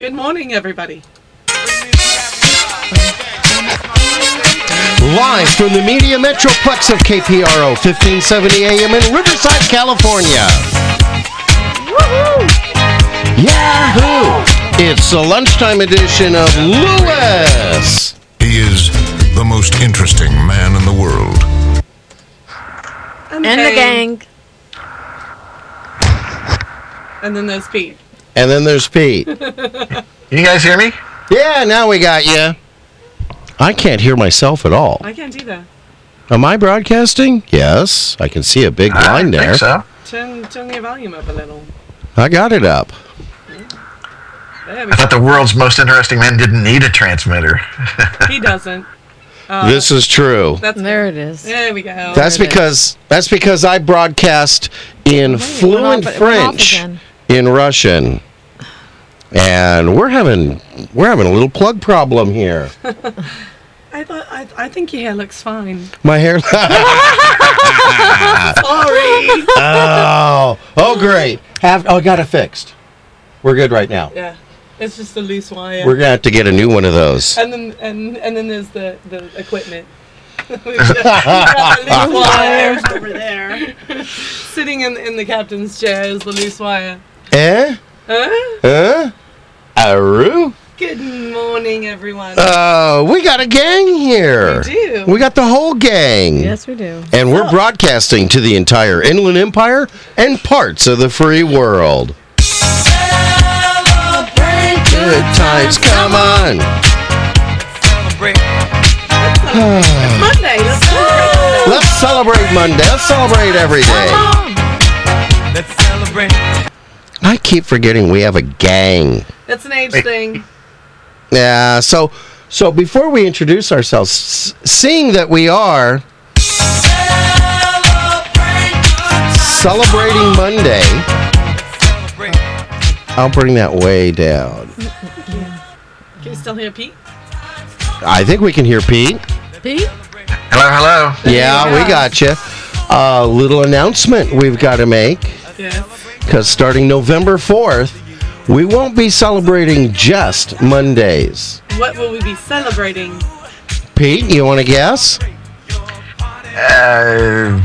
Good morning, everybody. Live from the Media Metroplex of KPRO, 1570 AM in Riverside, California. Yahoo! It's the lunchtime edition of Lewis. He is the most interesting man in the world. And And the gang. And then there's Pete. And then there's Pete. You guys hear me? Yeah, now we got you. I can't hear myself at all. I can't do that. Am I broadcasting? Yes, I can see a big line I there. think so. Turn turn your volume up a little. I got it up. There we I thought the world's most interesting man didn't need a transmitter. go. He doesn't. Uh, This is true. That's There it is. There we go. That's There it because that's because I broadcast in it went fluent off- it went off French again. in Russian. And we're having we're having a little plug problem here. I thought I, I think your hair looks fine. My hair Sorry. Oh, oh great. Have oh got it fixed. We're good right now. yeah. It's just a loose wire. We're going to have to get a new one of those. and then and and then there's the the equipment. We've got the loose wire over there. Sitting in in the captain's chair is the loose wire. Eh? Huh? Huh? Aru? Good morning, everyone. Uh, we got a gang here. We do. We got the whole gang. Yes, we do. And we're broadcasting to the entire Inland Empire and parts of the free world. Good times, come on. Monday. Let's celebrate. Let's celebrate Monday. Let's celebrate every day. Let's celebrate. I keep forgetting we have a gang. That's an age thing. Yeah, so so before we introduce ourselves, s- seeing that we are celebrating Monday, I'll bring that way down. Can you still hear Pete? I think we can hear Pete. Pete? Hello, hello. Yeah, we got you. A little announcement we've got to make Yes. because starting November 4th, we won't be celebrating just Mondays. What will we be celebrating? Pete, you want to guess? Uh,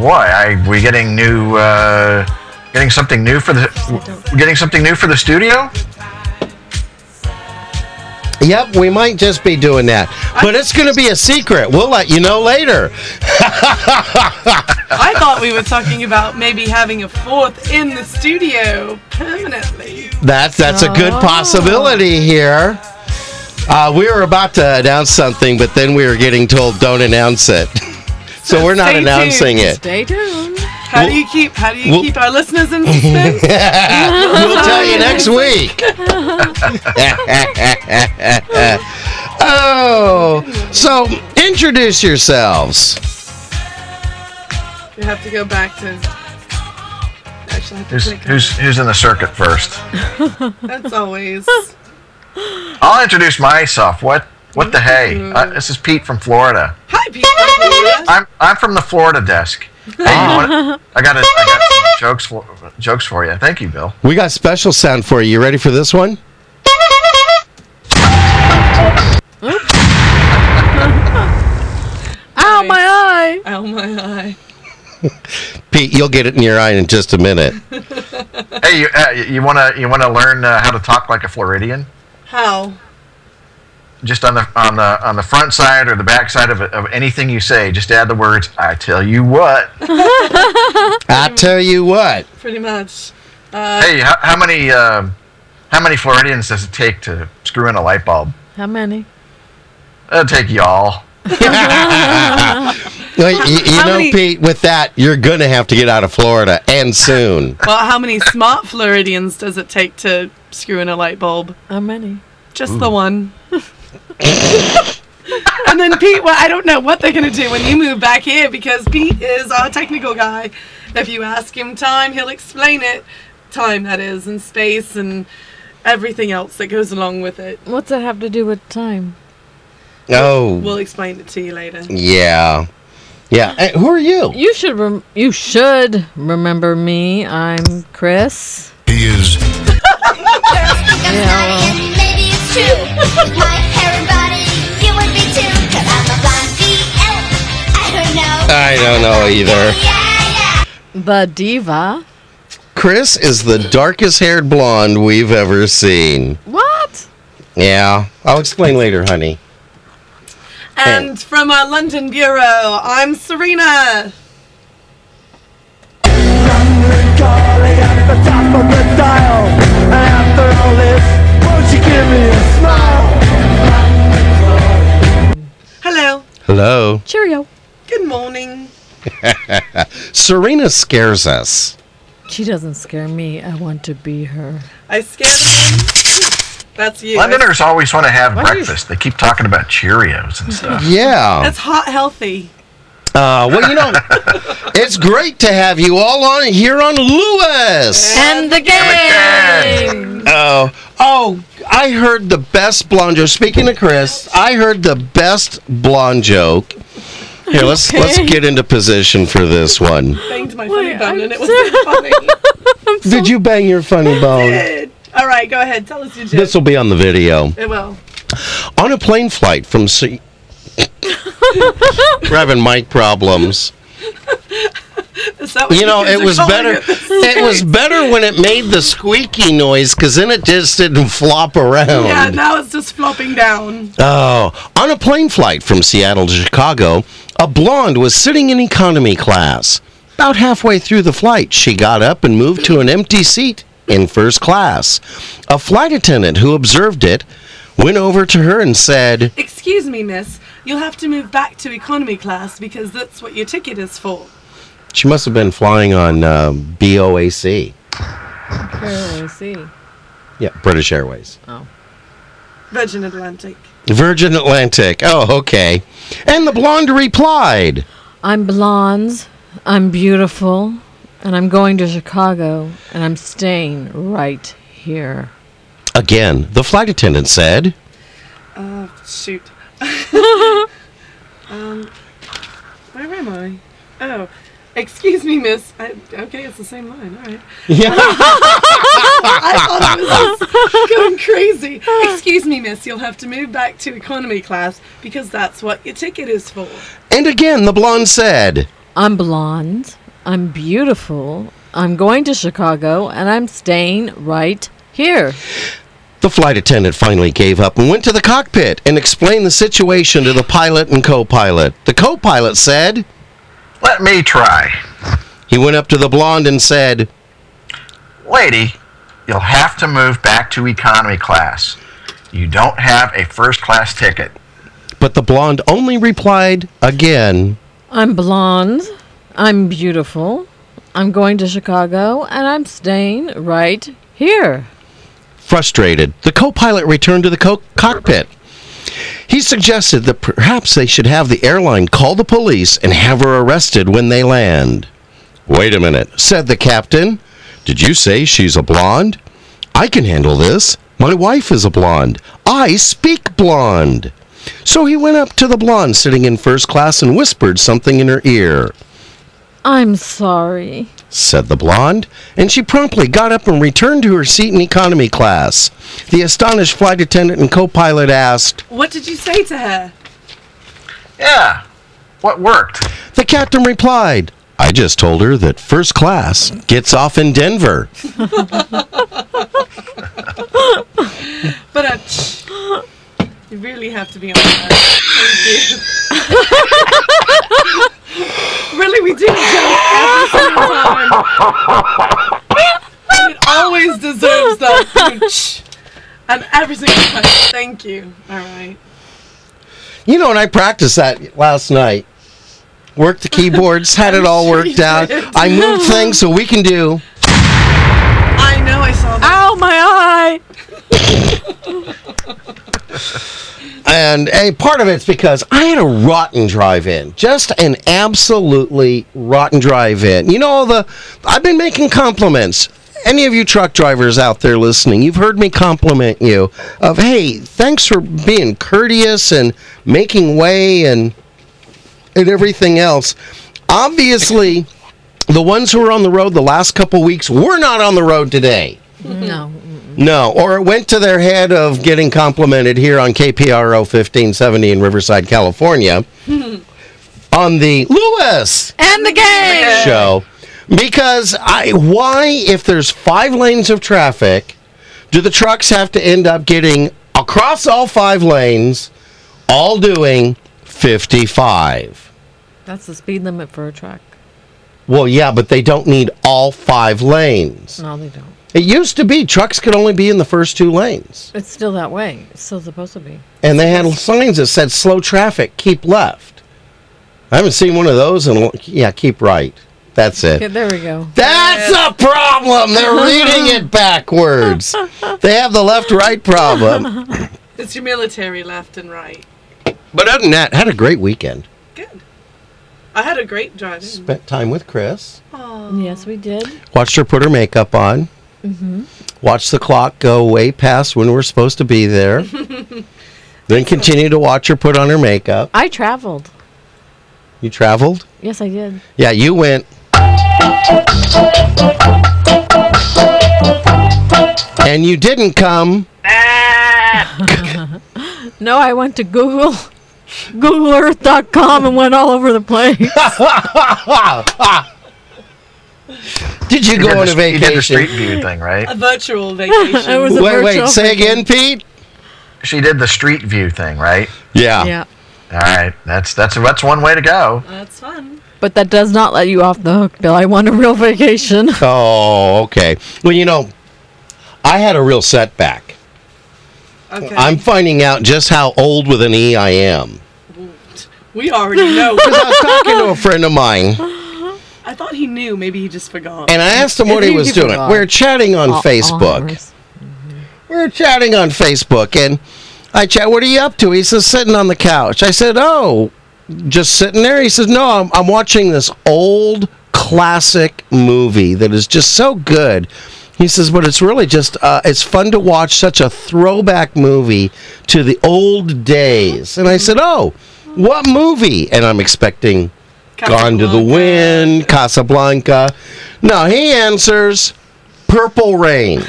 what? I we getting new? Uh, getting something new for the? w- Getting something new for the studio? Yep, we might just be doing that. But it's going to be a secret. We'll let you know later. I thought we were talking about maybe having a fourth in the studio permanently. That's that's a good Oh. possibility here. Uh, we were about to announce something, but then we were getting told don't announce it. so we're not Stay tuned. announcing it. Stay tuned. How do you keep how do you Well- keep our listeners in suspense? We'll tell you next week. oh, so introduce yourselves. we have to go back to actually I have to Who's click on who's it. who's in the circuit first? that's always I'll introduce myself. What? What the hey? Uh, this is Pete from Florida. Hi Pete from Florida. I'm I'm from the Florida desk. Hey, you wanna- I got a, I got some jokes for jokes for you. Thank you, Bill. We got special sound for you. You ready for this one? Ow, my eye. Oh my eye. Pete, you'll get it in your eye in just a minute. Hey, you uh, you wanna you wanna learn uh, how to talk like a Floridian? How? just on the on the on the front side or the back side of, of anything you say just add the words i tell you what I tell you what. Pretty much. hey how, how many um how many floridians does it take to screw in a light bulb How many? it'll take y'all Well, you, you how know, many- Pete, with that, you're going to have to get out of Florida and soon. Well, how many smart Floridians does it take to screw in a light bulb? How many? Just the one. and then Pete, well, I don't know what they're going to do when you move back here because Pete is our technical guy. If you ask him time, he'll explain it. Time, that is, and space and everything else that goes along with it. What's that have to do with time? Oh, We'll explain it to you later. yeah. Yeah. Hey, who are you? You should rem- you should remember me. I'm Chris. He is don't know either. The diva. Chris is the darkest haired blonde we've ever seen. What? Yeah, I'll explain later, honey. And from our London bureau, I'm Serena. Hello. Hello. Cheerio. Good morning. Serena scares us. She doesn't scare me. I want to be her. I scare them. That's you. Londoners always want to have Why do you- breakfast. They keep talking about Cheerios and stuff. Yeah. That's hot, healthy. Uh, well, you know, it's great to have you all on here on Lewis. And the gang. Oh, oh, I heard the best blonde joke. Speaking of Chris, I heard the best blonde joke. Here, let's let's Okay. get into position for this one. Banged my funny Wait, bone, I'm and it was so funny. Did you bang your funny bone? All right, go ahead. Tell us your joke. This will be on the video. It will. on a plane flight from sea. We're having mic problems. Is that what You know, kids it are was calling better. it? It was better when it made the squeaky noise, because then it just didn't flop around. Yeah, now it's just flopping down. Oh, on a plane flight from Seattle to Chicago, a blonde was sitting in economy class. About halfway through the flight, she got up and moved to an empty seat in first class. A flight attendant who observed it went over to her and said, Excuse me, miss. You'll have to move back to economy class because that's what your ticket is for. She must have been flying on uh, BOAC. Clearly see. Yeah, British Airways. Virgin Atlantic. Virgin Atlantic. Oh, okay. And the blonde replied, I'm blonde. I'm beautiful. And I'm going to Chicago. And I'm staying right here. Again, the flight attendant said, Oh, shoot. um, where am I? Oh, excuse me, miss. I, okay, it's the same line. All right. Yeah. I thought I was just going crazy. Excuse me, miss. You'll have to move back to economy class because that's what your ticket is for. And again, the blonde said, I'm blonde. I'm beautiful. I'm going to Chicago. And I'm staying right here. The flight attendant finally gave up and went to the cockpit and explained the situation to the pilot and co pilot. The co pilot said, Let me try. He went up to the blonde and said, Lady, you'll have to move back to economy class. You don't have a first class ticket. But the blonde only replied again. I'm blonde. I'm beautiful. I'm going to Chicago and I'm staying right here. Frustrated, the co pilot returned to the co- cockpit. He suggested that perhaps they should have the airline call the police and have her arrested when they land. Wait a minute, said the captain. Did you say she's a blonde? I can handle this. My wife is a blonde. I speak blonde. So he went up to the blonde sitting in first class and whispered something in her ear I'm sorry. said the blonde, and she promptly got up and returned to her seat in economy class. The astonished flight attendant and co pilot asked, What did you say to her? Yeah. What worked? The captain replied, I just told her that first class gets off in Denver. But uh, you really have to be on that. Thank you. really, we do joke every single time. And it always deserves that. And every single time. Thank you. All right. You know, and I practiced that last night. Worked the keyboards, had it all worked out. I moved things so we can do. I know I saw that. Ow, my eye! And a part of it's because I had a rotten drive-in, just an absolutely rotten drive-in. You know, all the I've been making compliments. Any of you truck drivers out there listening, you've heard me compliment you of, hey, thanks for being courteous and making way and and everything else. Obviously, the ones who were on the road the last couple weeks were not on the road today. No. No, or it went to their head of getting complimented here on KPRO 1570 in Riverside, California. on the Lewis And the game. show because I why if there's five lanes of traffic, do the trucks have to end up getting across all five lanes, all doing 55? That's the speed limit for a truck. Well, yeah, but they don't need all five lanes. No, they don't. It used to be trucks could only be in the first two lanes, It's still that way. It's still supposed to be. and they had signs that said "slow traffic, keep left." I haven't seen one of those in a lo- yeah, keep right. That's it. Okay, there we go. That's a problem. They're reading it backwards. They have the left right problem. It's your military left and right. But other than that, had a great weekend. Good. I had a great drive. in. Spent time with Chris. Yes, we did. Watched her put her makeup on. Watched the clock go way past when we're supposed to be there. then continue to watch her put on her makeup. I traveled. You traveled? Yes, I did. Yeah, you went. And you didn't come. No, I went to Google, GoogleEarth.com, and went all over the place. Did you go on a the, you did the vacation? street view thing, right? A virtual vacation. I was a Wait, wait, virtual say vacation. again, Pete? She did the street view thing, right? Yeah, All right, that's that's that's one way to go. That's fun. but that does not let you off the hook, Bill. I want a real vacation. Oh, okay. Well, you know, I had a real setback. Okay. I'm finding out just how old with an E I am. we already know. Because I was talking to a friend of mine, I thought he knew. Maybe he just forgot. and I asked him what he was doing. We were chatting on All- all Facebook. honors. We were chatting on Facebook, and I chat, what are you up to? He says, sitting on the couch. I said, oh, just sitting there? He says, no, I'm, I'm watching this old classic movie that is just so good. He says, but it's really just, uh, it's fun to watch such a throwback movie to the old days. And I said, oh, what movie? And I'm expecting Gone to the Casablanca. Wind, Casablanca. No, he answers Purple Rain.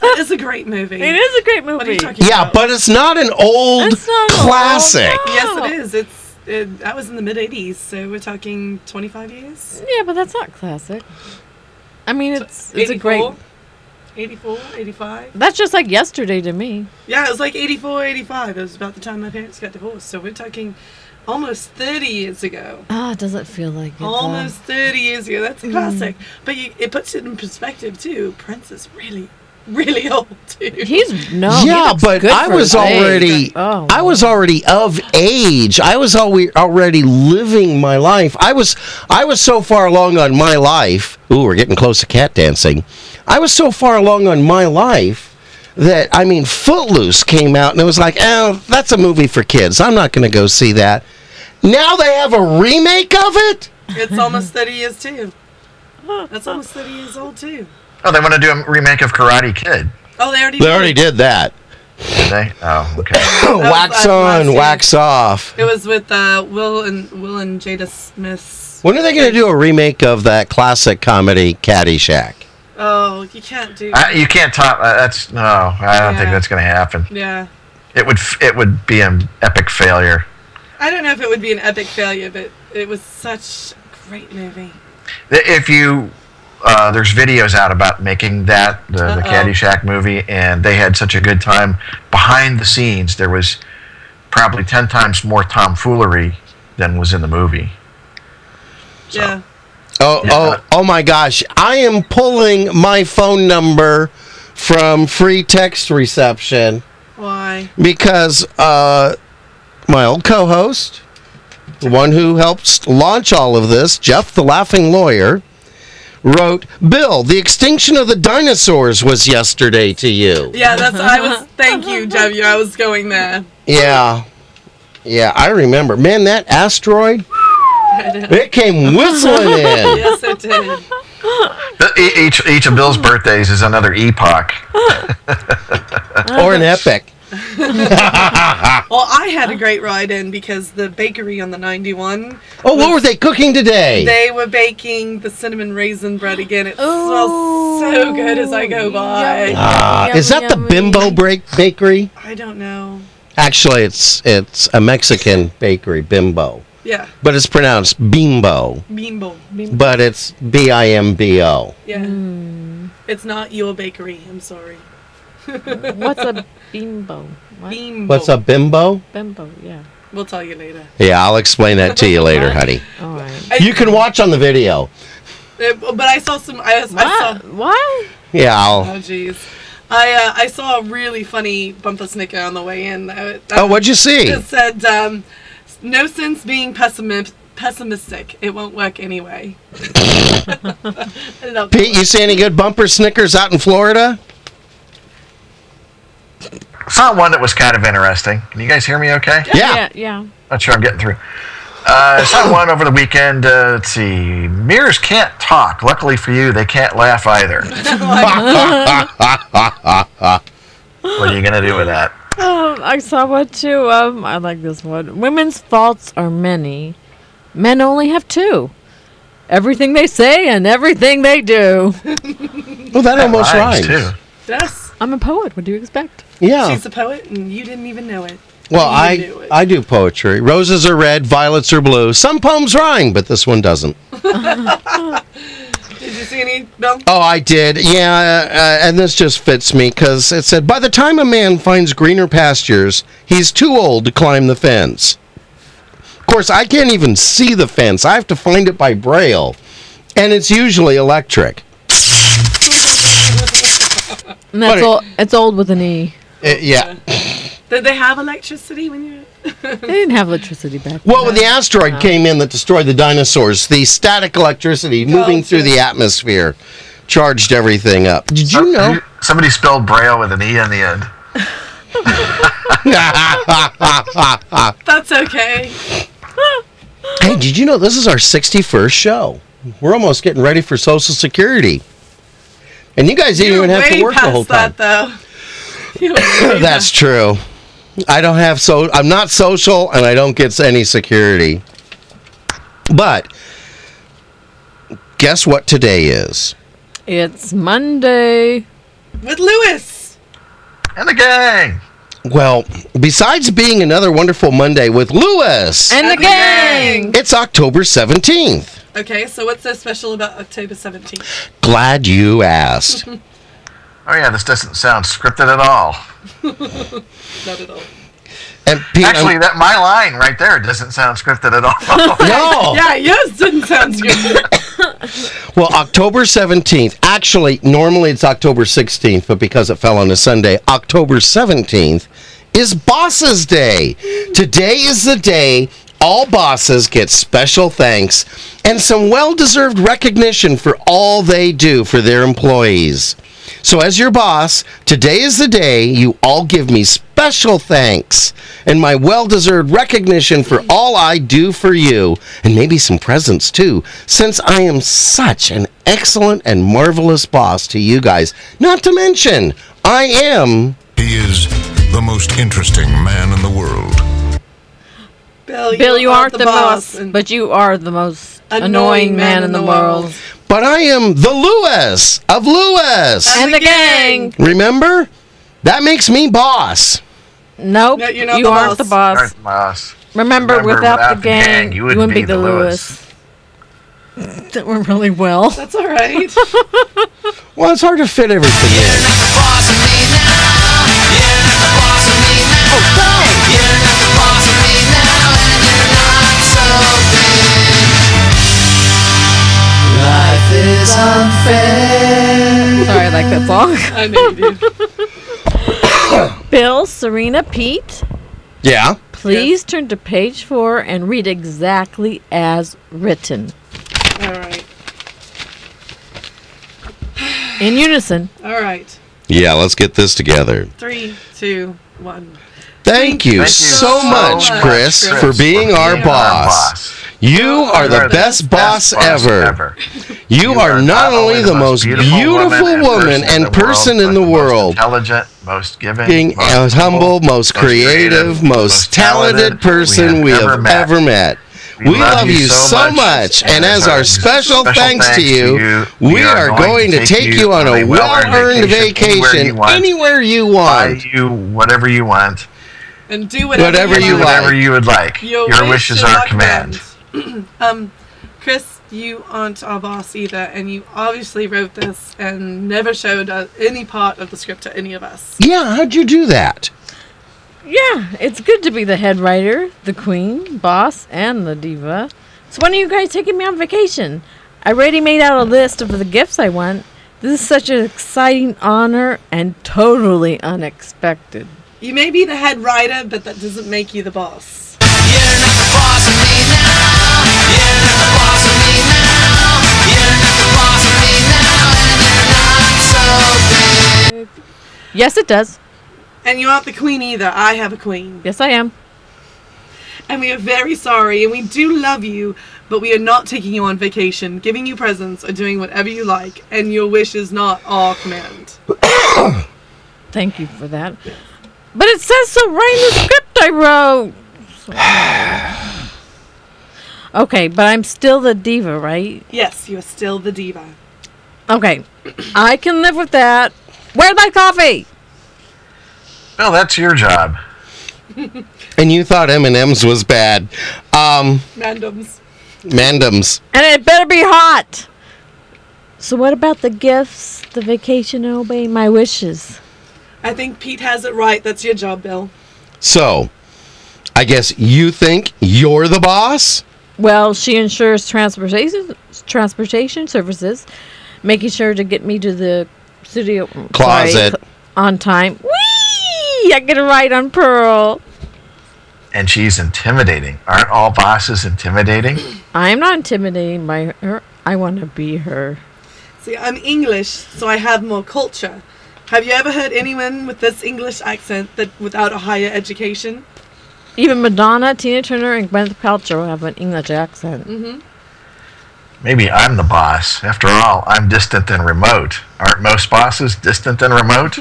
That is a great movie. It is a great What are movie. you talking Yeah, about? but it's not an old It's not an old- classic. Yes, it is. It's. It, that was in the mid '80s, so we're talking 25 years. Yeah, but that's not classic. I mean, it's it's a great. 84, 85. That's just like yesterday to me. Yeah, it was like 84, 85. It was about the time my parents got divorced. So we're talking almost 30 years ago. Ah, it doesn't feel like it. Almost 30 years ago. Mm. That's a classic. But you, it puts it in perspective, too. Prince is really, really old, too. He's no. he yeah, looks but good I for was his age. already Oh, I was already of age. I was alwe- already living my life. I was I was so far along on my life. Ooh, we're getting close to cat dancing. I was so far along on my life that I mean Footloose came out and it was like, "Oh, that's a movie for kids. I'm not going to go see that." Now they have a remake of it? It's almost 30 years, too. That's almost 30 years old, too. Oh, they want to do a remake of Karate Kid. Oh, they already They already did that. Did they? Oh, okay. wax last Oh, on, year. wax off. It was with uh, Will and Will and Jada Smith's. When are they going to do a remake of that classic comedy Caddyshack? Oh, you can't do. I, you can't top. Uh, that's no. I don't think Yeah. that's going to happen. yeah. It would. f- It would be an epic failure. I don't know if it would be an epic failure, but it was such a great movie. If you, uh, there's videos out about making that the, the Uh-oh. Caddyshack movie, and they had such a good time behind the scenes. There was probably ten times more tomfoolery than was in the movie. Yeah. Oh, Yeah. oh, oh my gosh. I am pulling my phone number from free text reception Why? because uh, my old co host, the one who helped launch all of this, Jeff the Laughing Lawyer, wrote Bill, the extinction of the dinosaurs was yesterday to you. Yeah, that's. I was. Thank you, W. I was going there. Yeah. Yeah, I remember. Man, that asteroid, it came whistling in. Yes, it did. The- e- Each each of Bill's birthdays is another epoch. or an epic. Well, I had a great ride in because the bakery on the 91, Oh, what were they cooking today? they were baking the cinnamon raisin bread again. It smells so good as I go by. Yummy. Ah, is that the Yummy. Bimbo Break Bakery? I don't know. Actually, it's it's a Mexican bakery, Bimbo. Yeah. but it's pronounced Bimbo. Bimbo. Bimbo. But it's B I M B O. Yeah. Hmm. It's not your bakery. I'm sorry. What's a bimbo? What? Bimbo. What's a bimbo? Bimbo, yeah. We'll tell you later. Yeah, I'll explain that to you later, honey. All right. I- You can watch on the video. Uh, but I saw some. I, I saw. What? What? Yeah, Oh I'll. jeez. I uh, I saw a really funny bumper snicker on the way in. I, Oh, what'd you see? It said, um, "No sense being pessimist, pessimistic. It won't work anyway." I love that. Pete, you see any good bumper Snickers out in Florida? Found one that was kind of interesting. Can you guys hear me okay? Yeah. Yeah. Not sure I'm getting through. Uh, I saw one over the weekend. Uh, let's see. Mirrors can't talk. Luckily for you, they can't laugh either. What are you going to do with that? Um, I saw one too. Um, I like this one. Women's faults are many. Men only have two. Everything they say and everything they do. Well, that almost Rhymes, rhymes. too. Yes, I'm a poet. What do you expect? Yeah. she's a poet, and you didn't even know it. Well, you I knew it. I do poetry. Roses are red, violets are blue. Some poems rhyme, but this one doesn't. Did you see any? No. Oh, I did. Yeah, uh, and this just fits me because it said, "By the time a man finds greener pastures, he's too old to climb the fence." Of course, I can't even see the fence. I have to find it by braille, and it's usually electric. And that's Funny. all. It's old with an E. Oh, Uh, yeah. Did they have electricity when you? They didn't have electricity back. then. Well, when the asteroid came in that destroyed the dinosaurs, the static electricity moving through the atmosphere charged everything up. Did you know? Somebody spelled Braille with an E on the end. That's okay. Hey, did you know this is our 61st show? We're almost getting ready for Social Security. And you guys didn't You're even have way to work the past whole time. that, though. You were way That's true. I don't have so I'm not social and I don't get any security. But guess what today is? it's Monday. past- with Lewis. And the gang. Well, besides being another wonderful Monday with Lewis, And the And the gang. gang. it's October 17th. Okay, so what's so special about October seventeenth? Glad you asked. Oh, yeah, this doesn't sound scripted at all. Not at all. And Pete, I'm- Actually, that my line right there doesn't sound scripted at all. no. Yeah, yours didn't sound good. Well, October 17th. Actually, normally it's October 16th, but because it fell on a Sunday, October 17th is Bosses Day. Today is the day all bosses get special thanks and some well deserved recognition for all they do for their employees. So, as your boss, today is the day you all give me special thanks and my well deserved recognition for all I do for you, and maybe some presents too, since I am such an excellent and marvelous boss to you guys. Not to mention, I am. He is the most interesting man in the world. Bill, Bill, you aren't the, boss, boss, and- but you are the most Annoying annoying, man, in the, world. But I am the Lewis of Lewis. And And the the gang. Remember? That makes me boss. Nope, No, you're you not the aren't the boss. boss. Moss. Remember, without, the gang, you wouldn't, be, the Lewis. that went really well. That's all right. Well, it's hard to fit everything in. Sorry, I like that song. I know you do. Bill, Serena, Pete, Yeah. please turn to page four and read exactly as written. All right. In unison. All right. Yeah, let's get this together. Three, two, one. Thank you, Thank you so, so much, much, Chris, Chris, for being for our being our boss. boss. You are the You're best boss ever. You are not only the most beautiful woman and person in the world, but the most intelligent, most giving, being most humble, most creative, most talented person we have ever met. We love you so much, and as our special thanks to you, we are going to take you on a well-earned well-earned vacation vacation anywhere you want. anywhere you Buy want. you whatever you want. and do whatever, Whatever you, you like. Whatever you would like. Your, wishes is are our command. command. um, Chris, you aren't our boss either, and you obviously wrote this and never showed uh, any part of the script to any of us. Yeah, how'd you do that? Yeah, it's good to be the head writer, the queen, boss, and the diva. So when are you guys taking me on vacation? I already made out a list of the gifts I want. This is such an exciting honor and totally unexpected. You may be the head writer, but that doesn't make you the boss. Yes, it does. And you aren't the queen either. I have a queen. Yes, I am. And we are very sorry, and we do love you, but we are not taking you on vacation, giving you presents, or doing whatever you like, and your wish is not our command. Thank you for that. But it says so right in the script I wrote. So- okay, but I'm still the diva, right? Yes, you are still the diva. Okay, I can live with that. Where's my coffee? Well, that's your job. And you thought M&M's was bad. Um, Randoms. Mandums. And it better be hot. So what about the gifts, the vacation, and obey my wishes? I think Pete has it right. That's your job, Bill. So, I guess you think you're the boss? Well, she ensures transportation transportation services, making sure to get me to the studio sorry, Closet. cl- on time. Whee! I get a ride on Pearl. And she's intimidating. Aren't all bosses intimidating? I am not intimidated by her. I want to be her. See, I'm English, so I have more culture. Have you ever heard anyone with this English accent that without a higher education? Even Madonna, Tina Turner, and Gwyneth Paltrow have an English accent. Maybe I'm the boss. After all, I'm distant and remote. Aren't most bosses distant and remote?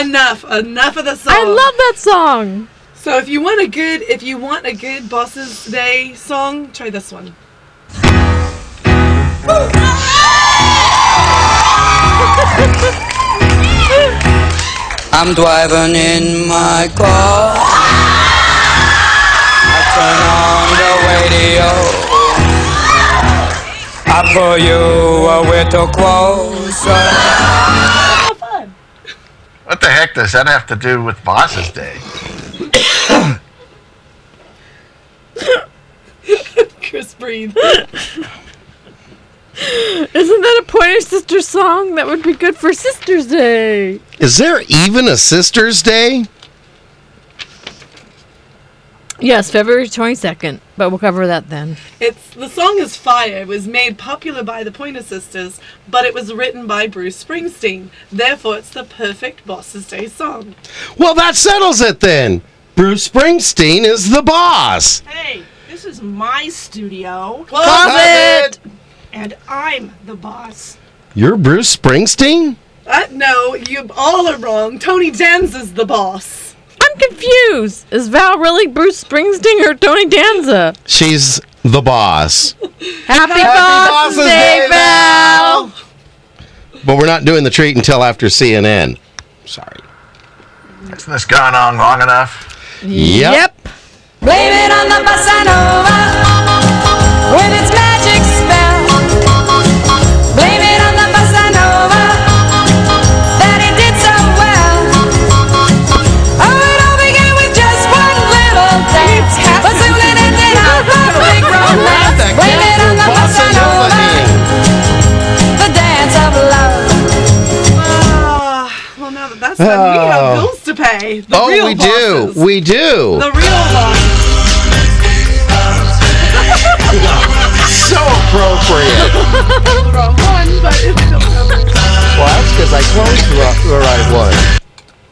Enough, enough of the song. Uh, I love that song. So if you want a good, if you want a good Bosses Day song, try this one. I'm driving in my car. I turn on the radio. I pull you a little closer. What the heck does that have to do with Bosses Day? Chris breathe. Isn't that a Pointer Sister song? That would be good for Sisters Day. Is there even a Sisters Day? Yes, February 22nd, but we'll cover that then. It's the song is fire. It was made popular by the Pointer Sisters, but it was written by Bruce Springsteen. Therefore, it's the perfect Bosses Day song. Well, that settles it then. Bruce Springsteen is the boss. Hey, this is my studio, Closet! and I'm the boss. You're Bruce Springsteen? Uh, no, you all are wrong. Tony Danza's the boss. I'm confused. Is Val really Bruce Springsteen or Tony Danza? She's the boss. Happy, Happy Bosses Bosses Day, Day, Val! But we're not doing the treat until after CNN. Sorry. Hasn't this gone on long enough? Yep. Blame it on the bossa nova with its magic spell. Blame it on the bossa nova that it did so well. Oh, it all began with just one little dance, but soon it ended up a big romance. Blame it on the bossa nova, the dance of love. Ah, well, now that that's done, we have Oh. bills to pay. The Oh, real we bosses. do. We do. the real one. so appropriate. The wrong one, but it's still coming. Well, that's because I closed the, ri- the right one.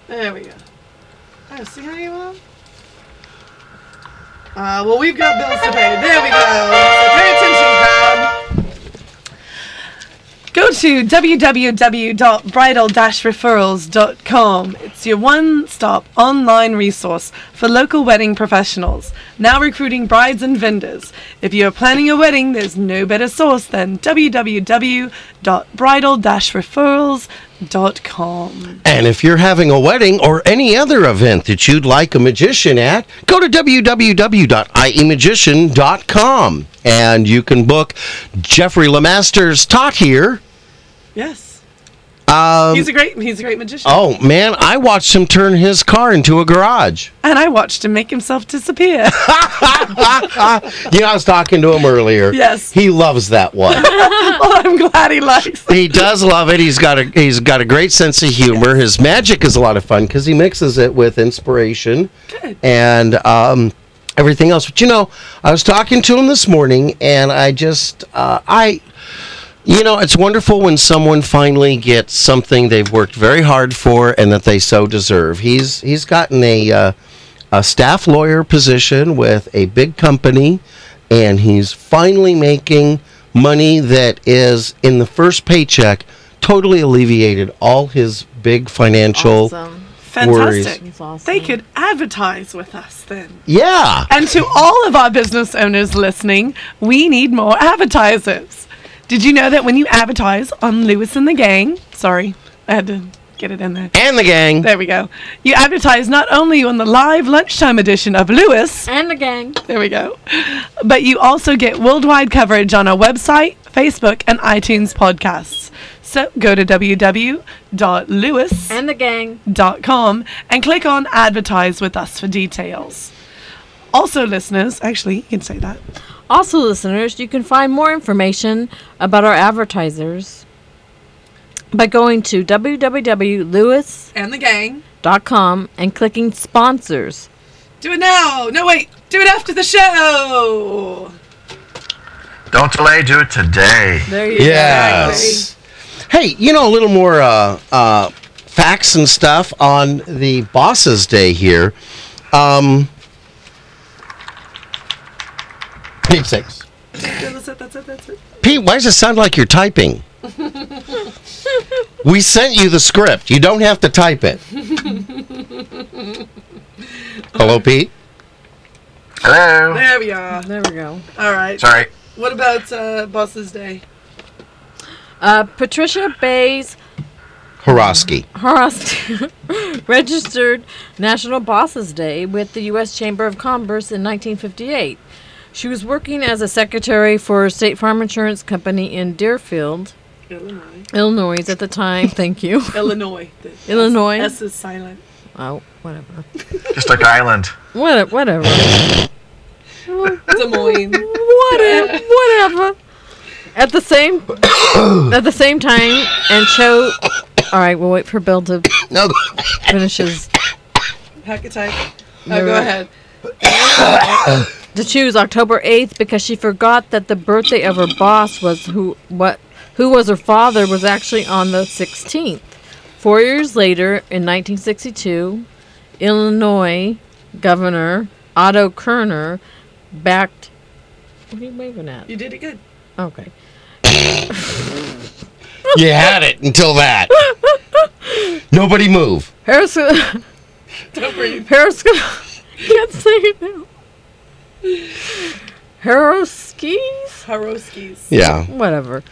There we go. Oh, see how you are? Uh, well, we've got bills to pay. There we go. So pay attention, crowd. Go to www.bridal-referrals.com. It's your one-stop online resource for local wedding professionals, now recruiting brides and vendors. If you are planning a wedding, there's no better source than www.bridal-referrals.com. dot com. And if you're having a wedding or any other event that you'd like a magician at, go to e www.iemagician.com and you can book Jeffrey Lemaster's talk here. Yes. he's a great he's a great magician. Oh man, I watched him turn his car into a garage. And I watched him make himself disappear. You know, I was talking to him earlier. Yes. He loves that one. well, I'm glad he likes it. he does love it. He's got a he's got a great sense of humor. His magic is a lot of fun because he mixes it with inspiration and um, everything else. But you know, I was talking to him this morning, and I just uh, I. You know, it's wonderful when someone finally gets something they've worked very hard for and that they so deserve. He's he's gotten a uh, a staff lawyer position with a big company, and he's finally making money that is in the first paycheck totally alleviated all his big financial. Awesome. Worries. Fantastic. That's awesome. They could advertise with us then. Yeah. And to all of our business owners listening, we need more advertisers. Did you know that when you advertise on Lewis and the Gang, sorry, I had to get it in there. And the gang. There we go. You advertise not only on the live lunchtime edition of Lewis, And the gang. there we go, but you also get worldwide coverage on our website, Facebook, and iTunes podcasts. So go to www.lewis.com And the gang. and click on advertise with us for details. Also, listeners, actually, you can say that. Also, listeners, you can find more information about our advertisers by going to www.lewis.com And the gang. and clicking sponsors. Do it now. No, wait. Do it after the show. Don't delay, do it today. There you Yes. Hey, you know a little more uh, uh, facts and stuff on the bosses' day here. Um, page six. That's it, that's it, that's it. Pete, why does it sound like you're typing? we sent you the script. You don't have to type it. Hello, Pete. Hello. There we are. go. There we go. All right. Sorry. What about uh, Boss's Day? Uh, Patricia Bays Horosky. Horst registered National Bosses Day with the U.S. Chamber of Commerce in 1958. She was working as a secretary for State Farm Insurance Company in Deerfield, Illinois. Illinois at the time. Thank you. Illinois. The Illinois. S is silent. Oh, whatever. Just like Island. What, whatever. Des Moines. Whatever. Whatever. At the same, at the same time, and show. All right, we'll wait for Bill to No. finish his Hack attack. Oh, go ahead. to choose October 8th because she forgot that the birthday of her boss was who what who was her father was actually on the 16th. 4 years later in 1962, Illinois governor Otto Kerner backed What are you waving at? You did it good. Okay. You had it until that. Nobody move. Harris Don't breathe. Harris can't say it now. Haroskis? Haroskis. Yeah. Whatever.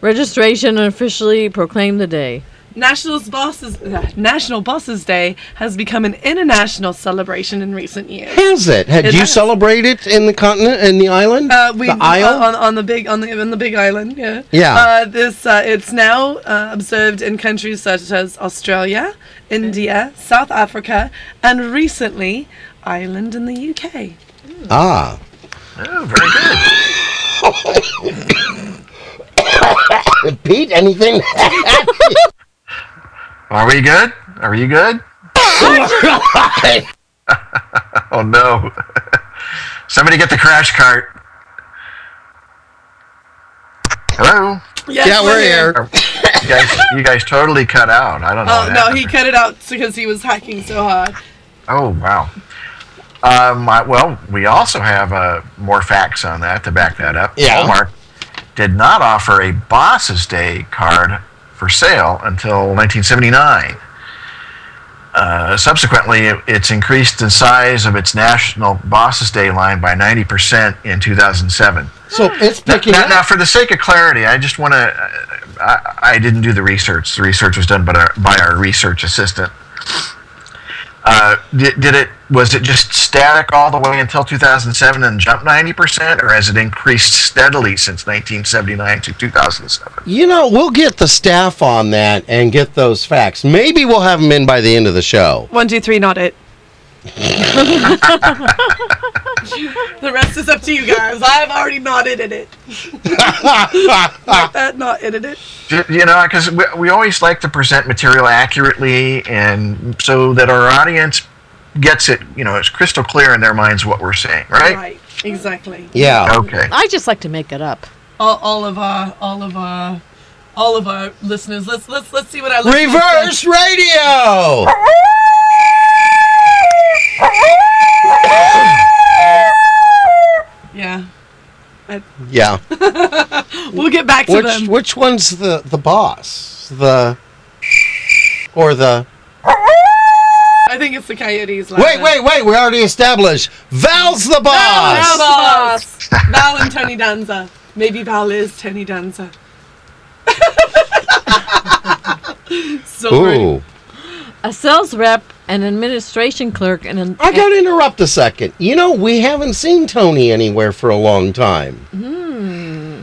Registration officially proclaimed the day. National's Bosses, uh, National Bosses Day has become an international celebration in recent years. Has it? Had It you has. celebrated in the continent, in the island, Uh, we the isle? uh, on, on the big on the on the big island, yeah. Yeah. Uh, this uh, it's now uh, observed in countries such as Australia, India, South Africa, and recently Ireland and the UK. ah, Oh, very good. Pete, anything? Are we good? Are you good? Oh no. Somebody get the crash cart. Hello. Yes, yeah, we're here. Are- You guys, you guys totally cut out. I don't know. Oh what no, happened. he cut it out because he was hacking so hard. Oh wow. Um, I- well, we also have uh, more facts on that to back that up. Yeah. Walmart did not offer a Boss's Day card for sale until 1979. Uh, subsequently, it, it's increased in size of its national Boss's Day line by 90% in 2007. So it's picking Now, up. now, for the sake of clarity, I just want to. I, I didn't do the research. The research was done by our, by our research assistant. Uh, did, did it? Was it just static all the way until 2007 and jumped 90 percent, or has it increased steadily since 1979 to 2007? You know, we'll get the staff on that and get those facts. Maybe we'll have them in by the end of the show. One, two, three, not it. The rest is up to you guys. I've already not edited it. that not edited it. Ju- You know, because we, we always like to present material accurately, and so that our audience gets it. You know, it's crystal clear in their minds what we're saying, right? Right. Exactly. Yeah. Okay. I just like to make it up. All, all of our, all of our, all of our listeners. Let's let's let's see what our listeners think. Reverse radio. Yeah. Yeah. We'll get back to Which them. which one's the the boss? The or the I think it's the coyotes. Wait, wait, wait. We already established Val's the Val, boss. boss. Val and Tony Danza. Maybe Val is Tony Danza. Silver. Ooh. A sales rep, an administration clerk, and an I got to interrupt a second. You know, we haven't seen Tony anywhere for a long time. Hmm.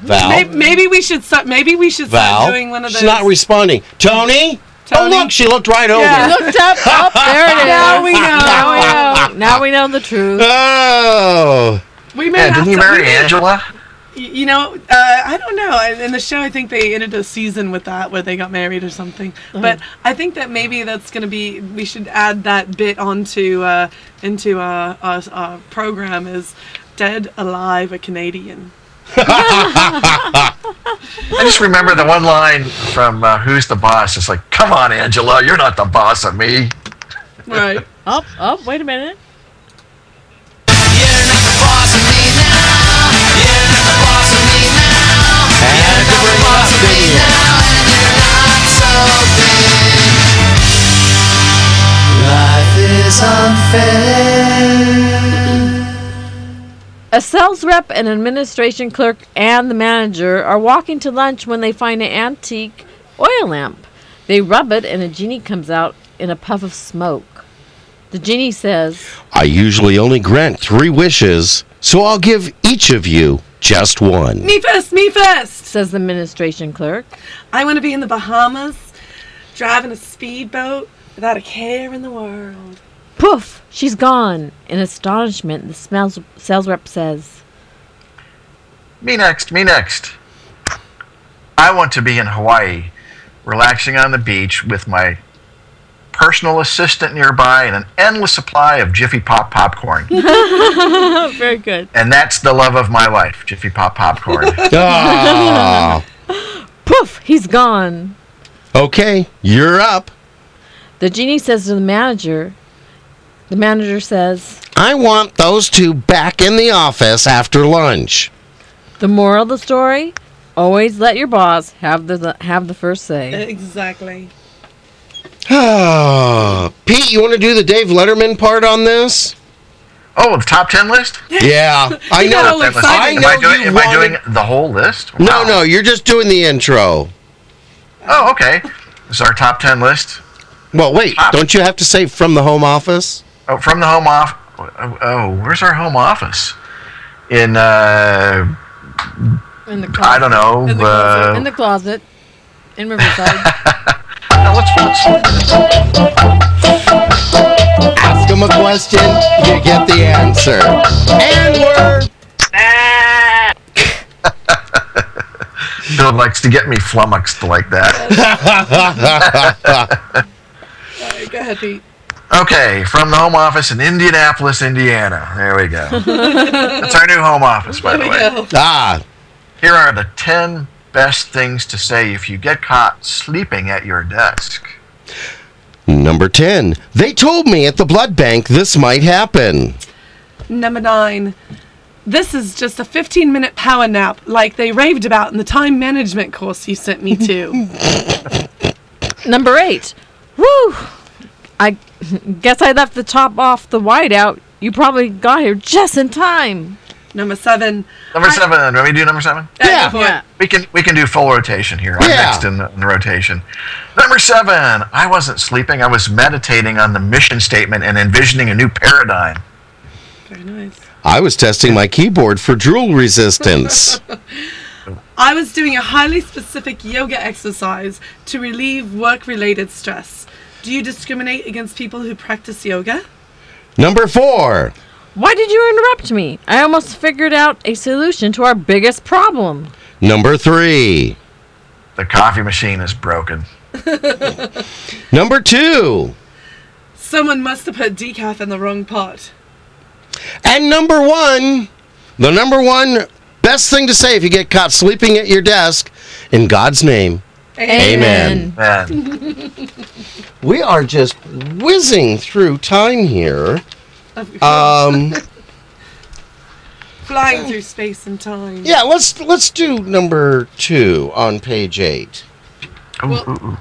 Val. Maybe, maybe we should start. Maybe we should start Val. doing one of those. She's not responding. Tony? Oh, Tony? look, she looked right over. I looked up. Oh, there it is. Now we know. Now we know. Now we know the truth. Oh. we may Yeah, have didn't you to- we marry may- Angela? y- You know, uh, I don't know. In- In the show, I think they ended a season with that, where they got married or something. But I think that maybe that's going to be. We should add that bit onto uh, into our, our, our program is dead alive a Canadian. I just remember the one line from uh, Who's the Boss. It's like, come on, Angela, you're not the boss of me. Right. Oh, oh, wait a minute. Had to bring up video. A sales rep, an administration clerk, and the manager are walking to lunch when they find an antique oil lamp. They rub it, and a genie comes out in a puff of smoke. The genie says, I usually only grant three wishes, so I'll give each of you just one. Me first. Me first. says the administration clerk. I want to be in the Bahamas, driving a speedboat without a care in the world. Poof! She's gone. In astonishment, the smells, sales rep says, Me next, me next. I want to be in Hawaii, relaxing on the beach with my personal assistant nearby and an endless supply of Jiffy Pop popcorn. "Oh, very good." and that's the love of my life, Jiffy Pop popcorn. Ah, Poof! He's gone. okay, you're up. The genie says to the manager. The manager says, I want those two back in the office after lunch. "The moral of the story: always let your boss have the have the first say." Exactly. Ah, Pete, you want to do the Dave Letterman part on this? oh, the top 10 list? Yeah, I got know. all That list. excited. I Oh. am I know doing, you am I doing the whole list? No, Wow. no, you're just doing the intro. Oh, okay. This is our top 10 list. Well, wait, don't you have to say from the home office? Oh, from the home off. Oh, oh, where's our home office? In uh, In the I closet. don't know. In the closet. uh, In the closet. In Riverside. no, let's, let's, Ask them a question, you get the answer. And we're Bill likes to get me flummoxed like that. Alright, go ahead, Pete. Okay, from the home office in Indianapolis, Indiana. There we go. That's our new home office, by the There we way. go. ah, Here are the ten best things to say if you get caught sleeping at your desk. Number 10. They told me at the blood bank this might happen. Number nine. This is just a 15 minute power nap like they raved about in the time management course you sent me to. Number eight. Woo! I guess I left the top off the whiteout. You probably got here just in time. Number seven. Number seven. Let me do number seven. Yeah. Yeah. We can we can do full rotation here. I'm Yeah. next in the, in the rotation. Number seven. I wasn't sleeping. I was meditating on the mission statement and envisioning a new paradigm. Very nice. I was testing my keyboard for drool resistance. I was doing a highly specific yoga exercise to relieve work related stress. Do you discriminate against people who practice yoga? Number four. Why did you interrupt me? I almost figured out a solution to our biggest problem. Number three. The coffee machine is broken. Number two. Someone must have put decaf in the wrong pot. And number one. The number one best thing to say if you get caught sleeping at your desk, in God's name. Amen. Man, We are just whizzing through time here. Um, Flying through space and time. yeah, let's let's do number two on page eight. Ooh, ooh, ooh.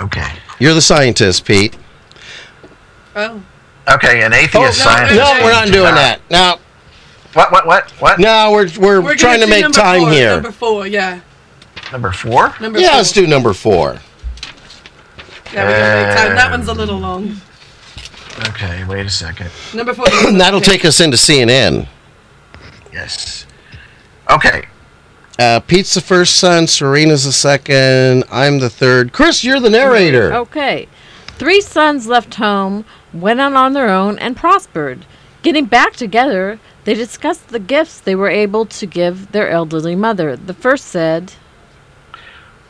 Okay. You're the scientist, Pete. Oh. Okay. An atheist scientist. Oh, no, we're not do doing not- that. No, What? What? What? What? no, we're we're, We're gonna trying to do make number time four, here. Number four, yeah. Number four. Number yeah, four. let's do number four. Yeah, we gotta make time. That one's a little long. Okay. Wait a second. Number four. That'll take us into CNN. Yes. Okay. Uh, Pete's the first son, Serena's the second, I'm the third. Chris, you're the narrator. Okay. Three sons left home, went out on their own, and prospered. Getting back together, they discussed the gifts they were able to give their elderly mother. The first said,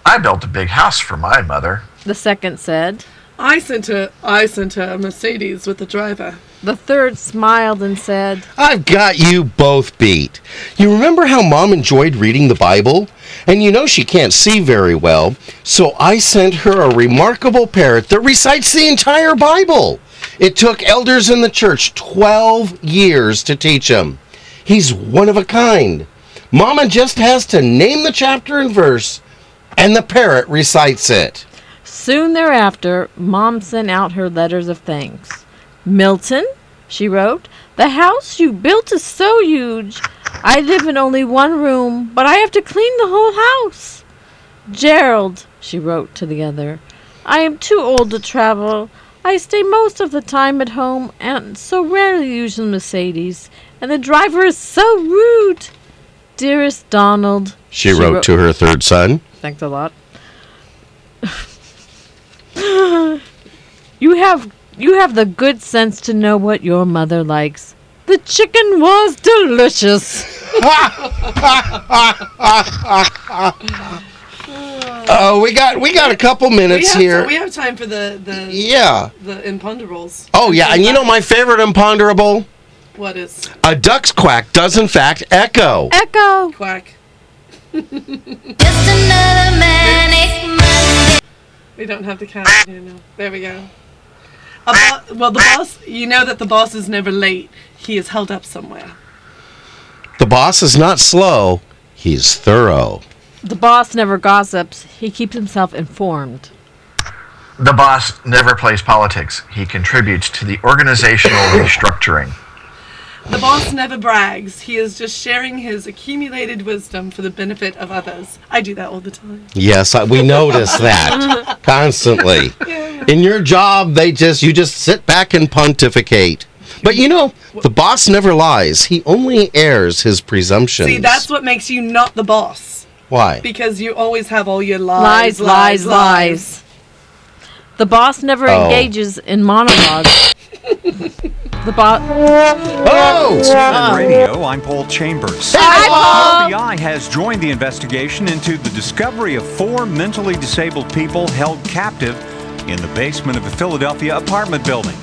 I built a big house for my mother. the second said, I sent her. I sent her a Mercedes with the driver. the third smiled and said, I've got you both beat. You remember how mom enjoyed reading the Bible? And you know she can't see very well, so I sent her a remarkable parrot that recites the entire Bible. It took elders in the church 12 years to teach him. He's one of a kind. Mama just has to name the chapter and verse, and the parrot recites it. Soon thereafter, Mom sent out her letters of thanks. Milton, she wrote, the house you built is so huge. I live in only one room, but I have to clean the whole house. Gerald, she wrote to the other, I am too old to travel. I stay most of the time at home and so rarely use the Mercedes, and the driver is so rude. Dearest Donald, She wrote to her third son. Thanks a lot. you have you have the good sense to know what your mother likes. The chicken was delicious. Oh, we got we got a couple we minutes have here. ti- we have time for the the yeah. the imponderables. Oh yeah, and you know my favorite imponderable? What is A duck's quack does in fact echo. Echo. quack? Just another manic Monday. We don't have to count it here now. There we go. A bo- well, the boss. You know that the boss is never late. He is held up somewhere. The boss is not slow, he's thorough. The boss never gossips. He keeps himself informed. The boss never plays politics. He contributes to the organizational restructuring. The boss never brags. He is just sharing his accumulated wisdom for the benefit of others. I do that all the time. Yes, I, we notice that constantly. In your job, they just you just sit back and pontificate. But you know, the boss never lies. He only airs his presumptions. See, that's what makes you not the boss why. because you always have all your lies, Lies, lies, lies. The boss never Oh. engages in monologues. the boss. oh, Radio, I'm Paul Chambers. The FBI has joined the investigation into the discovery of four mentally disabled people held captive in the basement of a Philadelphia apartment building.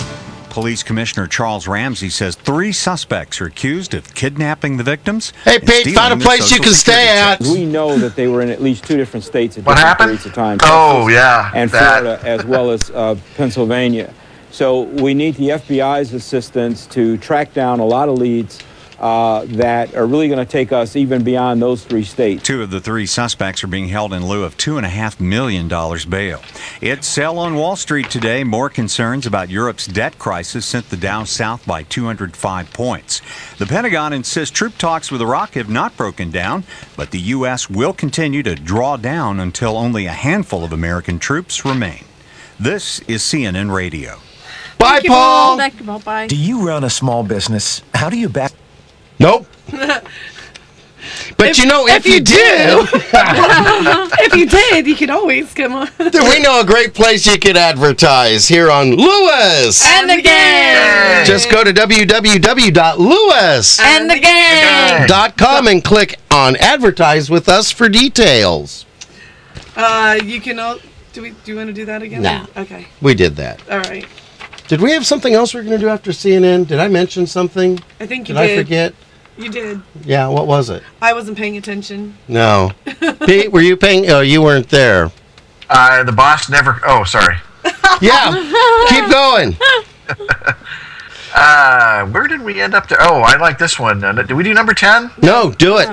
Police Commissioner Charles Ramsey says three suspects are accused of kidnapping the victims. hey and Pete, stealing found a their place you Social can Security stay at. checks. We know that they were in at least two different states at What different happened? periods of time. Oh, Texas yeah, And that. Florida, as well as uh, Pennsylvania. So we need the FBI's assistance to track down a lot of leads uh, that are really going to take us even beyond those three states. Two of the three suspects are being held in lieu of $2.5 million bail. It's sell on Wall Street today. More concerns about Europe's debt crisis sent the Dow south by 205 points. The Pentagon insists troop talks with Iraq have not broken down, but the U.S. will continue to draw down until only a handful of American troops remain. This is CNN Radio. Bye, Paul. Thank you, Paul. Bye. Do you run a small business? How do you back? Nope. But you know, if, you, do, if you did, you could always come on. we know a great place you could advertise here on Lewis. And the gang. Just go to www.lewis.com And the gang. and click on advertise with us for details. Uh, you can all. Do we? Do you want to do that again? Nah. Okay. We did that. All right. Did we have something else we are going to do after CNN? Did I mention something? I think you did. I did. forget? You did. Yeah, what was it? I wasn't paying attention. No. Pete, were you paying? Oh, you weren't there. Uh, the boss never. Oh, sorry. Yeah, keep going. Uh, where did we end up? To, oh, I like this one. Uh, did we do number ten? No, do it.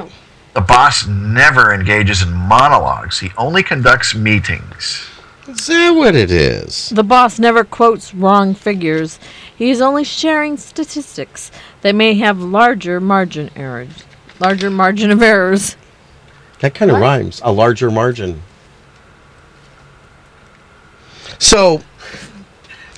The boss never engages in monologues. He only conducts meetings. Is that what it is? The boss never quotes wrong figures. He is only sharing statistics that may have larger margin errors. Larger margin of errors. That kind of rhymes. A larger margin. So,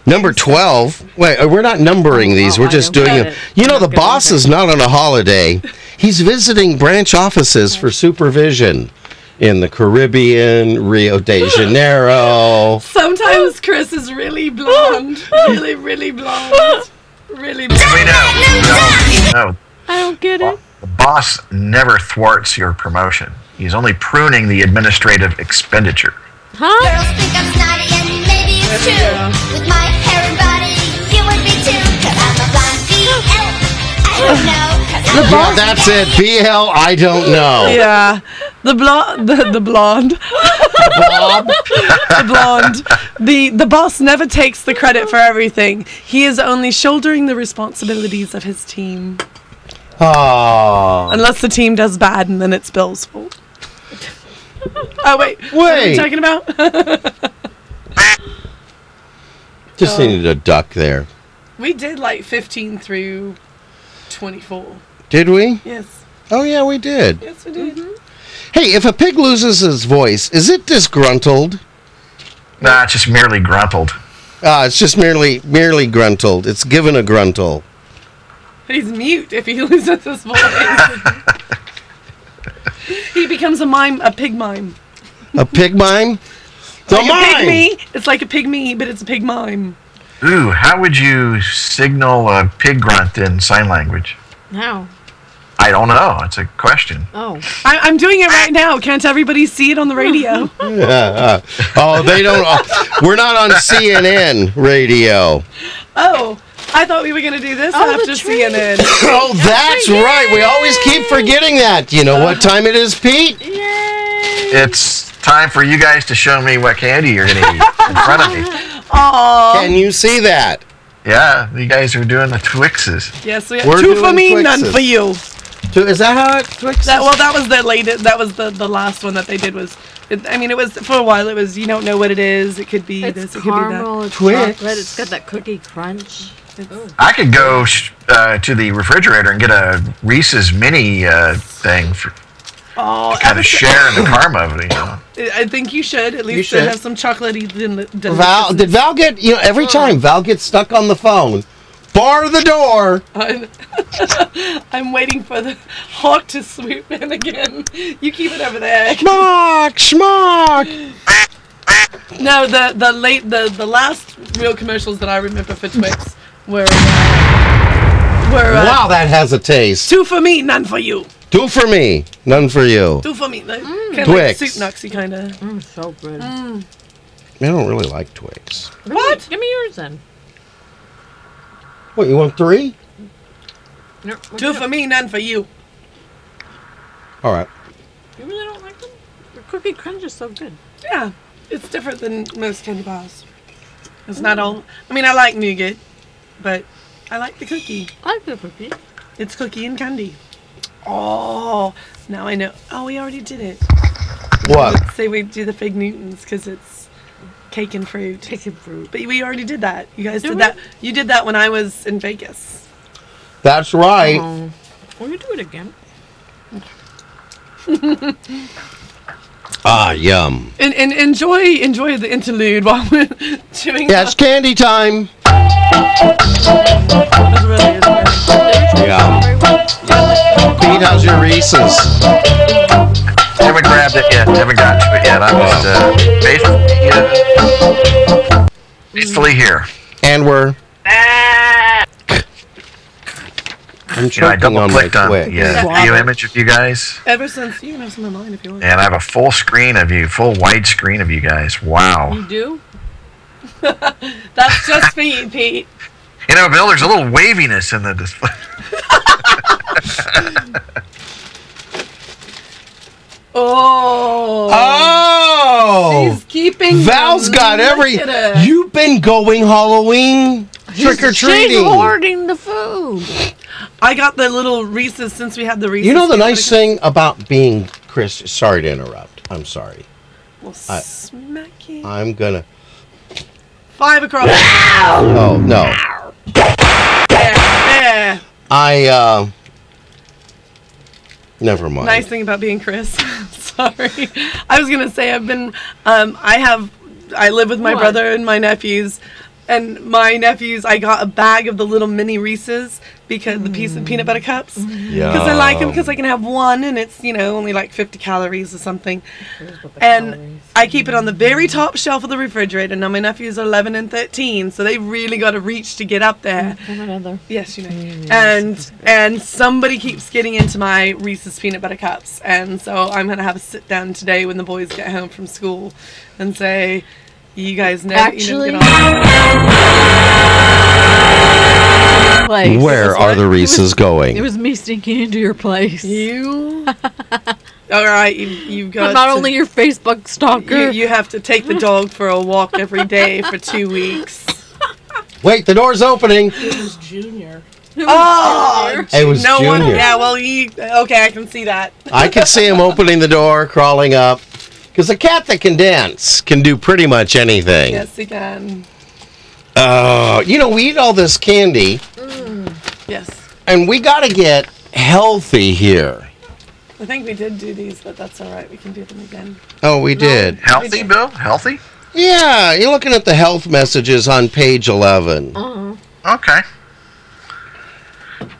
number 12. Wait, uh, we're not numbering these. We're just don't doing get them. it. You know, the boss is not on a holiday, he's visiting branch offices for supervision in the Caribbean, Rio de Janeiro. Sometimes Chris is really blonde. really, really blonde. Really We blonde. know. No, no. I don't get it. The boss never thwarts your promotion. He's only pruning the administrative expenditure. Huh? Girls think I'm snotty and maybe it's true. With my hair and body, you would be too. Cause I'm a blonde BL. I don't know. Cause I'm a Yeah, that's it. BL, I don't know. Yeah, the blonde, the, the blonde, Bob? the blonde, the the boss never takes the credit for everything. He is only shouldering the responsibilities of his team, Oh. unless the team does bad, and then it's Bill's fault. Oh wait, what are Wait. we talking about? Just needed a duck there. we did like 15 through 24. Did we? Yes, Oh, yeah, we did. yes we did. Hey, if a pig loses his voice, is it disgruntled? Nah, it's just merely gruntled. Ah, it's just merely merely gruntled. It's given a gruntle. He's mute if he loses his voice. he becomes a mime, a pig mime. A pig mime? The like a mime! pygmy. It's like a pygmy, but it's a pig mime. Ooh, how would you signal a pig grunt in sign language? Now. I don't know. It's a question. Oh. I- I'm doing it Ah. right now. Can't everybody see it on the radio? Yeah, uh, oh, they don't. oh, we're not on CNN radio. oh, I thought we were gonna do this Oh, the after tree. CNN. Oh, that's right. We always keep forgetting that. You know what time it is, Pete? Yay. It's time for you guys to show me what candy you're going to eat in front of me. Aw. Can you see that? Yeah, you guys are doing the Twixes. Yes, we have We're two for doing me, Twixes. none for you. So Is that how it Twix? That well, that was the latest. That was the the last one that they did was. It, I mean, it was for a while. It was you don't know what it is. It could be this. It's It could be that. caramel, it's Twix. chocolate, it's got that cookie crunch. I could go sh- uh, to the refrigerator and get a Reese's mini uh, thing for Oh, kind of share in the karma of it. You know? I think you should at least should. have some chocolatey. Del- del- Val, did Val get? You know, every time Val gets stuck on the phone, bar the door. I'm, I'm waiting for the hawk to swoop in again. You keep it over there. Schmuck, schmuck. No, the the late the the last real commercials that I remember for Twix were uh, were uh, Wow, that has a taste. two for me, none for you. Two for me, none for you. Two for me, like, kind of like Twix. soup noxy kind of. Mm, so good. I don't really like Twix. What? Give me yours then. What, you want three? No, Two for me, none for you. All right. You really don't like them? The cookie crunch is so good. Yeah, it's different than most candy bars. It's not all. I mean, I like nougat, but I like the cookie. I like the cookie. It's cookie and candy. Oh, now I know. Oh, we already did it. What? Let's say we do the fig Newtons because it's cake and fruit. Cake and fruit. But we already did that. You guys did, that. You did that when I was in Vegas. That's right. Will you do it again? Ah, yum. And, and enjoy enjoy the interlude while we're chewing. Yeah, it's candy time. Yum. Pete, how's your Reese's? Haven't grabbed it yet. Haven't got to it yet. I'm just uh, basically, uh, basically here. And we're. I'm You know, I choking double on my clicked on quick. yeah, Yeah. video image of you guys, Ever since you can have some of mine if you want. and I have a full screen of you, full wide screen of you guys. Wow. You do? That's just for you, Pete. You know, Bill, there's a little waviness in the display. Oh. Oh! She's keeping. Val's them. got Look every. at her. You've been going Halloween trick or She's treating. hoarding the food. I got the little Reese's since we had the Reese's. You know the peanut nice butter thing about being Chris. Sorry to interrupt. I'm sorry. cup- Well, I- smack it. I'm gonna. Five across. Oh no. yeah. I. Uh, never mind. Nice thing about being Chris. Sorry. I was gonna say I've been. Um, I have. I live with my What? brother and my nephews. And my nephews, I got a bag of the little mini Reese's because the piece of peanut butter cups because I like them because I can have one and it's you know only like 50 calories or something. And I keep it on the very top shelf of the refrigerator. Now my nephews are 11 and 13, so they really got to reach to get up there. Another. Yes, you know. And and somebody keeps getting into my Reese's peanut butter cups, and so I'm gonna have a sit down today when the boys get home from school, and say, "You guys know." Actually- you know, get on." Place. Where are the Reese's? Reese's It going? was me sneaking into your place. you. All right, you, you've got. I'm not to- only your Facebook stalker. you, you have to take the dog for a walk every day for two weeks. Wait, the door's opening. Who's Junior? Oh, It was no one. Junior. Yeah, well, you. Okay, I can see that. I could see him opening the door, crawling up. Because a cat that can dance can do pretty much anything. Yes, you can. Oh, you know, we eat all this candy, Yes, and we got to get healthy here. I think we did do these, but that's all right. We can do them again. Oh, we did. Healthy, Bill? Healthy? Yeah, you're looking at the health messages on page 11. Okay.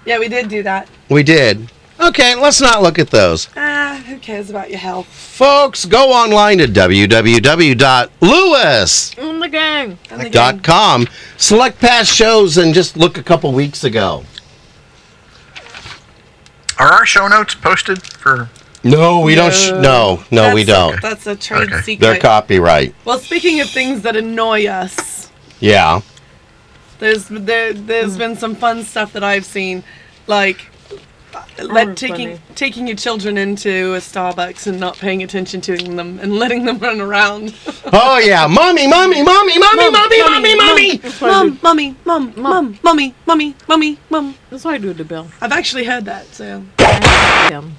Yeah, we did do that. We did. Okay, let's not look at those. Ah, who cares about your health Folks, go online to www.lewis.com. In the gang. and the gang? Select past shows and just look a couple weeks ago. Are our show notes posted for? No, we don't. Sh- no, no, we That's- don't. That's a trade Okay. secret. They're copyright. well, speaking of things that annoy us, Yeah. there's there there's been some fun stuff that I've seen, like Oh, let taking funny. taking your children into a Starbucks and not paying attention to them and letting them run around. Oh yeah, mommy, mommy, mommy, mommy, mommy, mommy, mommy. mum, mummy, mum, mum, mummy, mummy, mummy, mum. That's why I do it to Bill. I've actually heard that. So Him.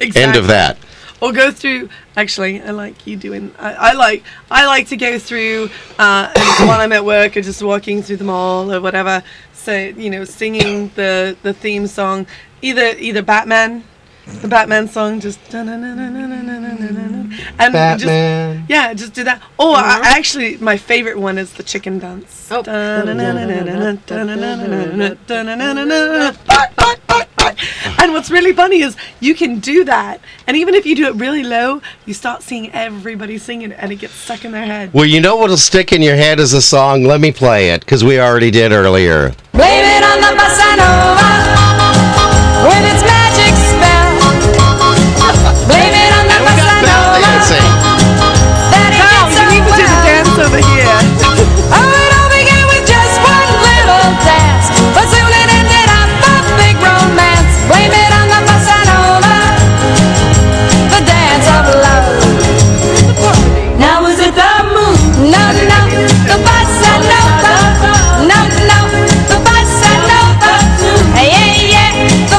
exactly. End of that. or go through actually i like you doing i, I like i like to go through uh, and while i'm at work or just walking through the mall or whatever so you know singing the the theme song either either batman the batman song just da-na-na-na-na-na-na-na-na-na. and Batman. just yeah just do that oh I, I actually my favorite one is the chicken dance Oh. Da-na-na-na-na-na, da-na-na-na-na-na, da-na-na-na-na-na. Bark, bark, bark, bark. And what's really funny is you can do that, and even if you do it really low, you start seeing everybody singing it, and it gets stuck in their head. Well, you know what'll stick in your head is a song. Let me play it because we already did earlier. Blame it on the bossa nova with its magic spell. Blame it on the bossa nova that it did so You do the dance over well. here. Oh, it all began with just one little dance, but soon it ended up a big romance. Blame it on the bossa nova, the dance of love. Now is it the moon? No, no, the bossa nova. No, no, the bossa nova. Hey, yeah, yeah, the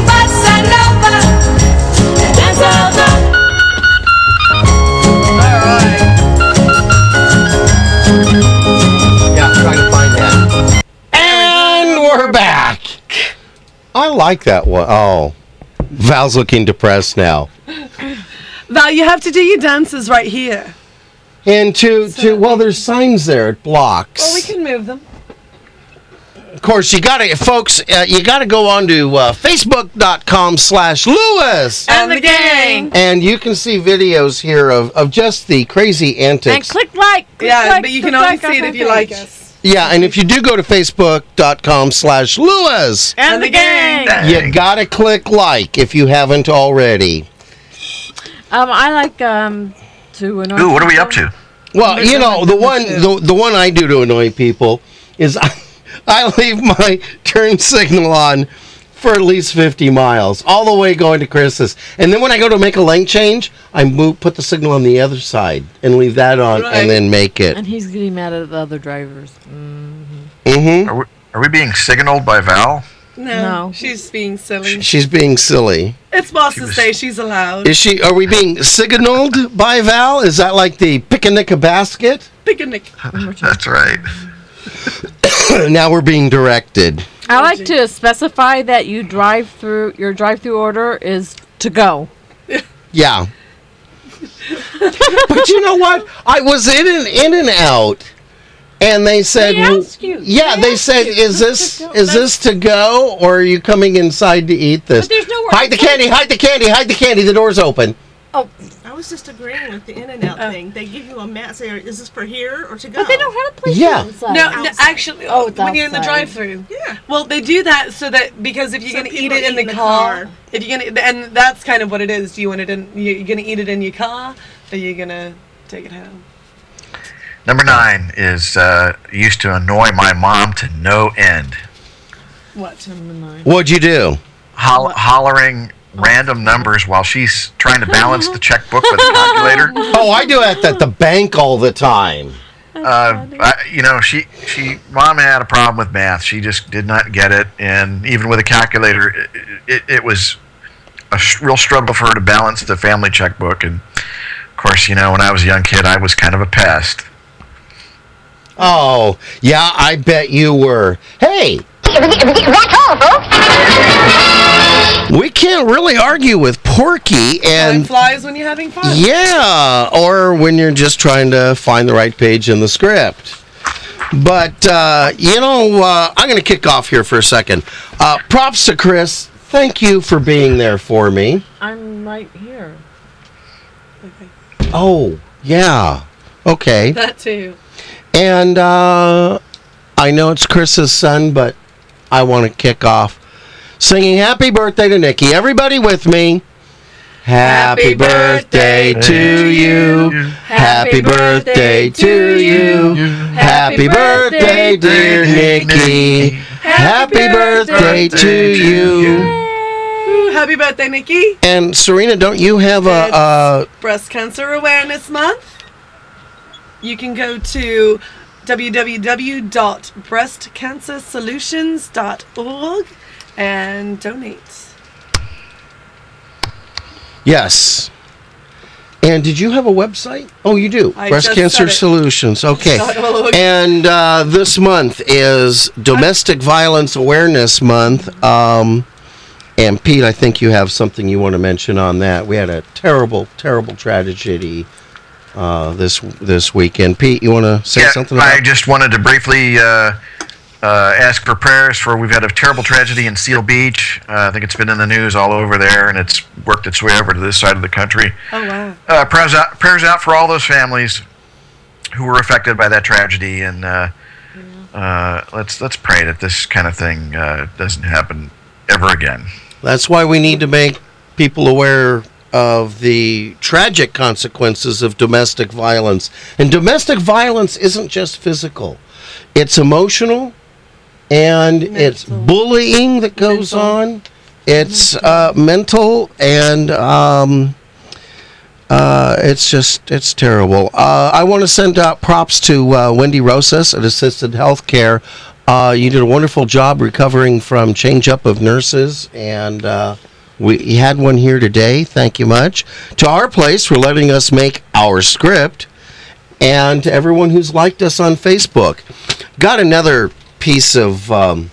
like that one. Oh, Val's looking depressed now. Val, you have to do your dances right here. And to to well, there's signs there. It blocks. Well, we can move them. Of course, you got to, folks. Uh, you got to go on to uh, Facebook.com/slash Lewis, And the gang. and you can see videos here of of just the crazy And antics. click like. click Yeah, like, but you click can only like see on it my if you like page. us. Yeah, and if you do go to Facebook.com/slash Lewis, And, the gang. you got to click like if you haven't already. Um, I like um to annoy. Ooh, what are we up to? Well, you know the one the, the one I do to annoy people is I, I leave my turn signal on for at least 50 miles, all the way going to Chris's, and then when I go to make a lane change, I move put the signal on the other side and leave that on, Right. and then make it. And he's getting mad at the other drivers. Mm. hmm Are we, are we being signaled by Val? No, No. she's being silly. She's being silly. It's She boss's was- day. She's allowed. Is she? Are we being signaled by Val? Is that like the picnic a basket? Pick a nick. That's right. now we're being directed. I like to specify that you drive through. Your drive-through order is to go. Yeah. but you know what? I was in an In and Out, and they said, They w- ask you. "Yeah." They, They ask said, you. "Is this This to go- is this to go, or are you coming inside to eat this?" there's nowhere hide the candy! Hide the candy! Hide the candy! The door's open. Oh, I was just agreeing with the in and out thing. They give you a map. Say, is this for here or to go? But they don't have a place Yeah. outside. No, no, outside. actually, Oh, it's when you're in the outside. drive-through. Yeah. Well, they do that so that because if you're So gonna eat people it in eat the, car, if you're gonna, and that's kind of what it is. Do you want it in? You're gonna eat it in your car, or you're gonna take it home? Number nine is uh, used to annoy my mom to no end. What? What'd you do? Hol- hollering random numbers while she's trying to balance the checkbook with a calculator. Oh, I do it at the bank all the time. Uh, I, you know, she she mom had a problem with math. She just did not get it, and even with a calculator, it, it, it was a sh- real struggle for her to balance the family checkbook. And of course, you know, when I was a young kid, I was kind of a pest. Oh, yeah, I bet you were. Hey, That's all, folks. we can't really argue with Porky Time and flies when you're having fun. Yeah, or when you're just trying to find the right page in the script. But, uh, you know, uh, I'm going to kick off here for a second. Uh, props to Chris. Thank you for being there for me. I'm right here. Oh, yeah. Okay. That too. And uh, I know it's Chris's son, but I want to kick off singing happy birthday to Nikki. Everybody with me. Happy birthday to you. Happy birthday to you. Happy birthday, dear Nikki. Happy birthday to you. Ooh, happy birthday, Nikki! And Serena, don't you have a, a Breast Cancer Awareness Month. You can go to www.breastcancersolutions.org and donate. yes? And did you have a website? Oh, you do. I Breast just Cancer said it. Solutions. Okay. Dot org. And uh, this month is Domestic Violence Awareness Month. Um, and Pete, I think you have something you want to mention on that. We had a terrible, terrible tragedy uh, this this weekend. Pete, you want to say something? About I just wanted to briefly uh, uh, ask for prayers for. We've had a terrible tragedy in Seal Beach. Uh, I think it's been in the news all over there, and it's worked its way over to this side of the country. Oh wow! Uh, prayers out, prayers out for all those families who were affected by that tragedy, and uh, uh, let's let's pray that this kind of thing uh, doesn't happen ever again. That's why we need to make people aware of the tragic consequences of domestic violence. And domestic violence isn't just physical, it's emotional and it's bullying that goes on, it's uh, mental and. Um, uh, it's just, it's terrible. Uh, I want to send out props to uh, Wendy Rosas at Assisted Healthcare. Uh, you did a wonderful job recovering from change up of nurses, and uh, we you had one here today. Thank you much to our place for letting us make our script, and to everyone who's liked us on Facebook. Got another piece of. Um,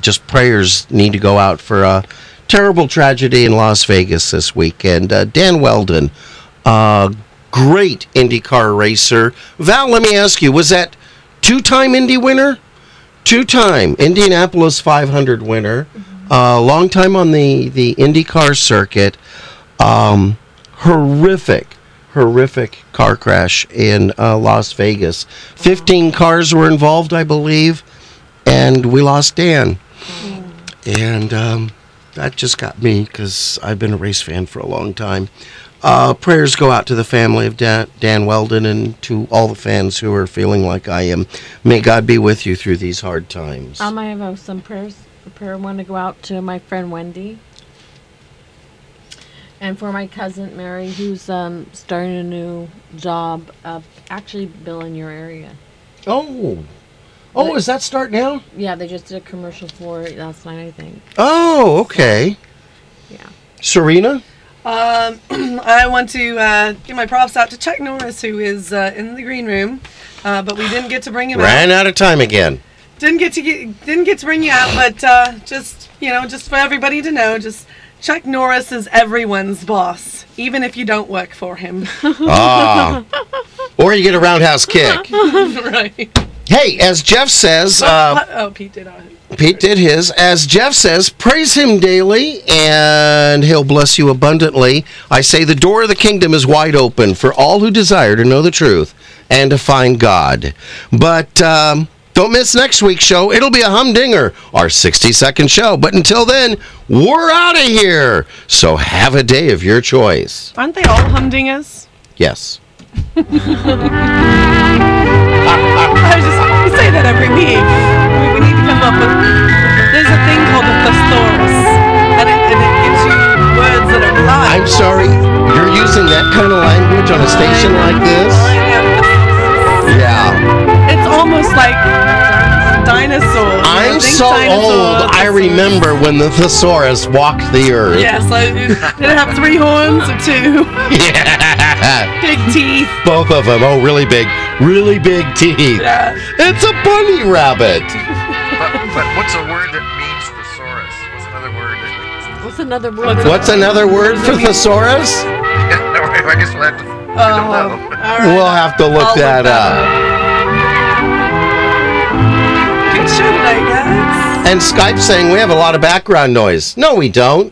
just prayers need to go out for a terrible tragedy in Las Vegas this weekend. Uh, Dan Weldon, uh, great IndyCar racer. Val, let me ask you, was that two-time Indy winner? Two-time Indianapolis 500 winner. Uh, long time on the the IndyCar circuit. Um, horrific, horrific car crash in uh, Las Vegas. 15 cars were involved, I believe, and we lost Dan. And um, that just got me because I've been a race fan for a long time. Uh, prayers go out to the family of Dan, Dan Weldon and to all the fans who are feeling like I am. May God be with you through these hard times. Um, I have uh, some prayers. A prayer I want to go out to my friend Wendy, and for my cousin Mary, who's um, starting a new job up actually, Bill, in your area. Oh, oh, is that start now? Yeah, they just did a commercial for it last night, I think. Oh, okay. Yeah. Serena? Um, I want to uh, give my props out to Chuck Norris, who is uh, in the green room, uh, but we didn't get to bring him out. Ran out of time again. didn't get to get, didn't get to bring you out, but uh, just you know, just for everybody to know, just Chuck Norris is everyone's boss, even if you don't work for him. Ah. or you get a roundhouse kick. right. Hey, as Jeff says, uh, oh, Pete did. I- Pete did his. As Jeff says, praise him daily and he'll bless you abundantly. I say the door of the kingdom is wide open for all who desire to know the truth and to find God. But um, don't miss next week's show. It'll be a humdinger, our 60 second show. But until then, we're out of here. So have a day of your choice. Aren't they all humdingers? Yes. I just I say that every week. We, we need to come up with. There's a thing called a thesaurus, and it, and it gives you words that are live. I'm sorry, you're using that kind of language on a station like this? Yeah. It's almost like dinosaurs. I'm think so dinosaurs. old, I remember when the thesaurus walked the earth. Yes, I, did it have three horns or two? Yeah. Big teeth. Both of them. Oh, really big, really big teeth. Yeah. It's a bunny rabbit. but, but what's a word that means thesaurus? What's another word? that means- What's another word? What's another word for thesaurus? I guess we'll have to. We'll have to look that up. Good show tonight, guys. And Skype saying we have a lot of background noise. No, we don't.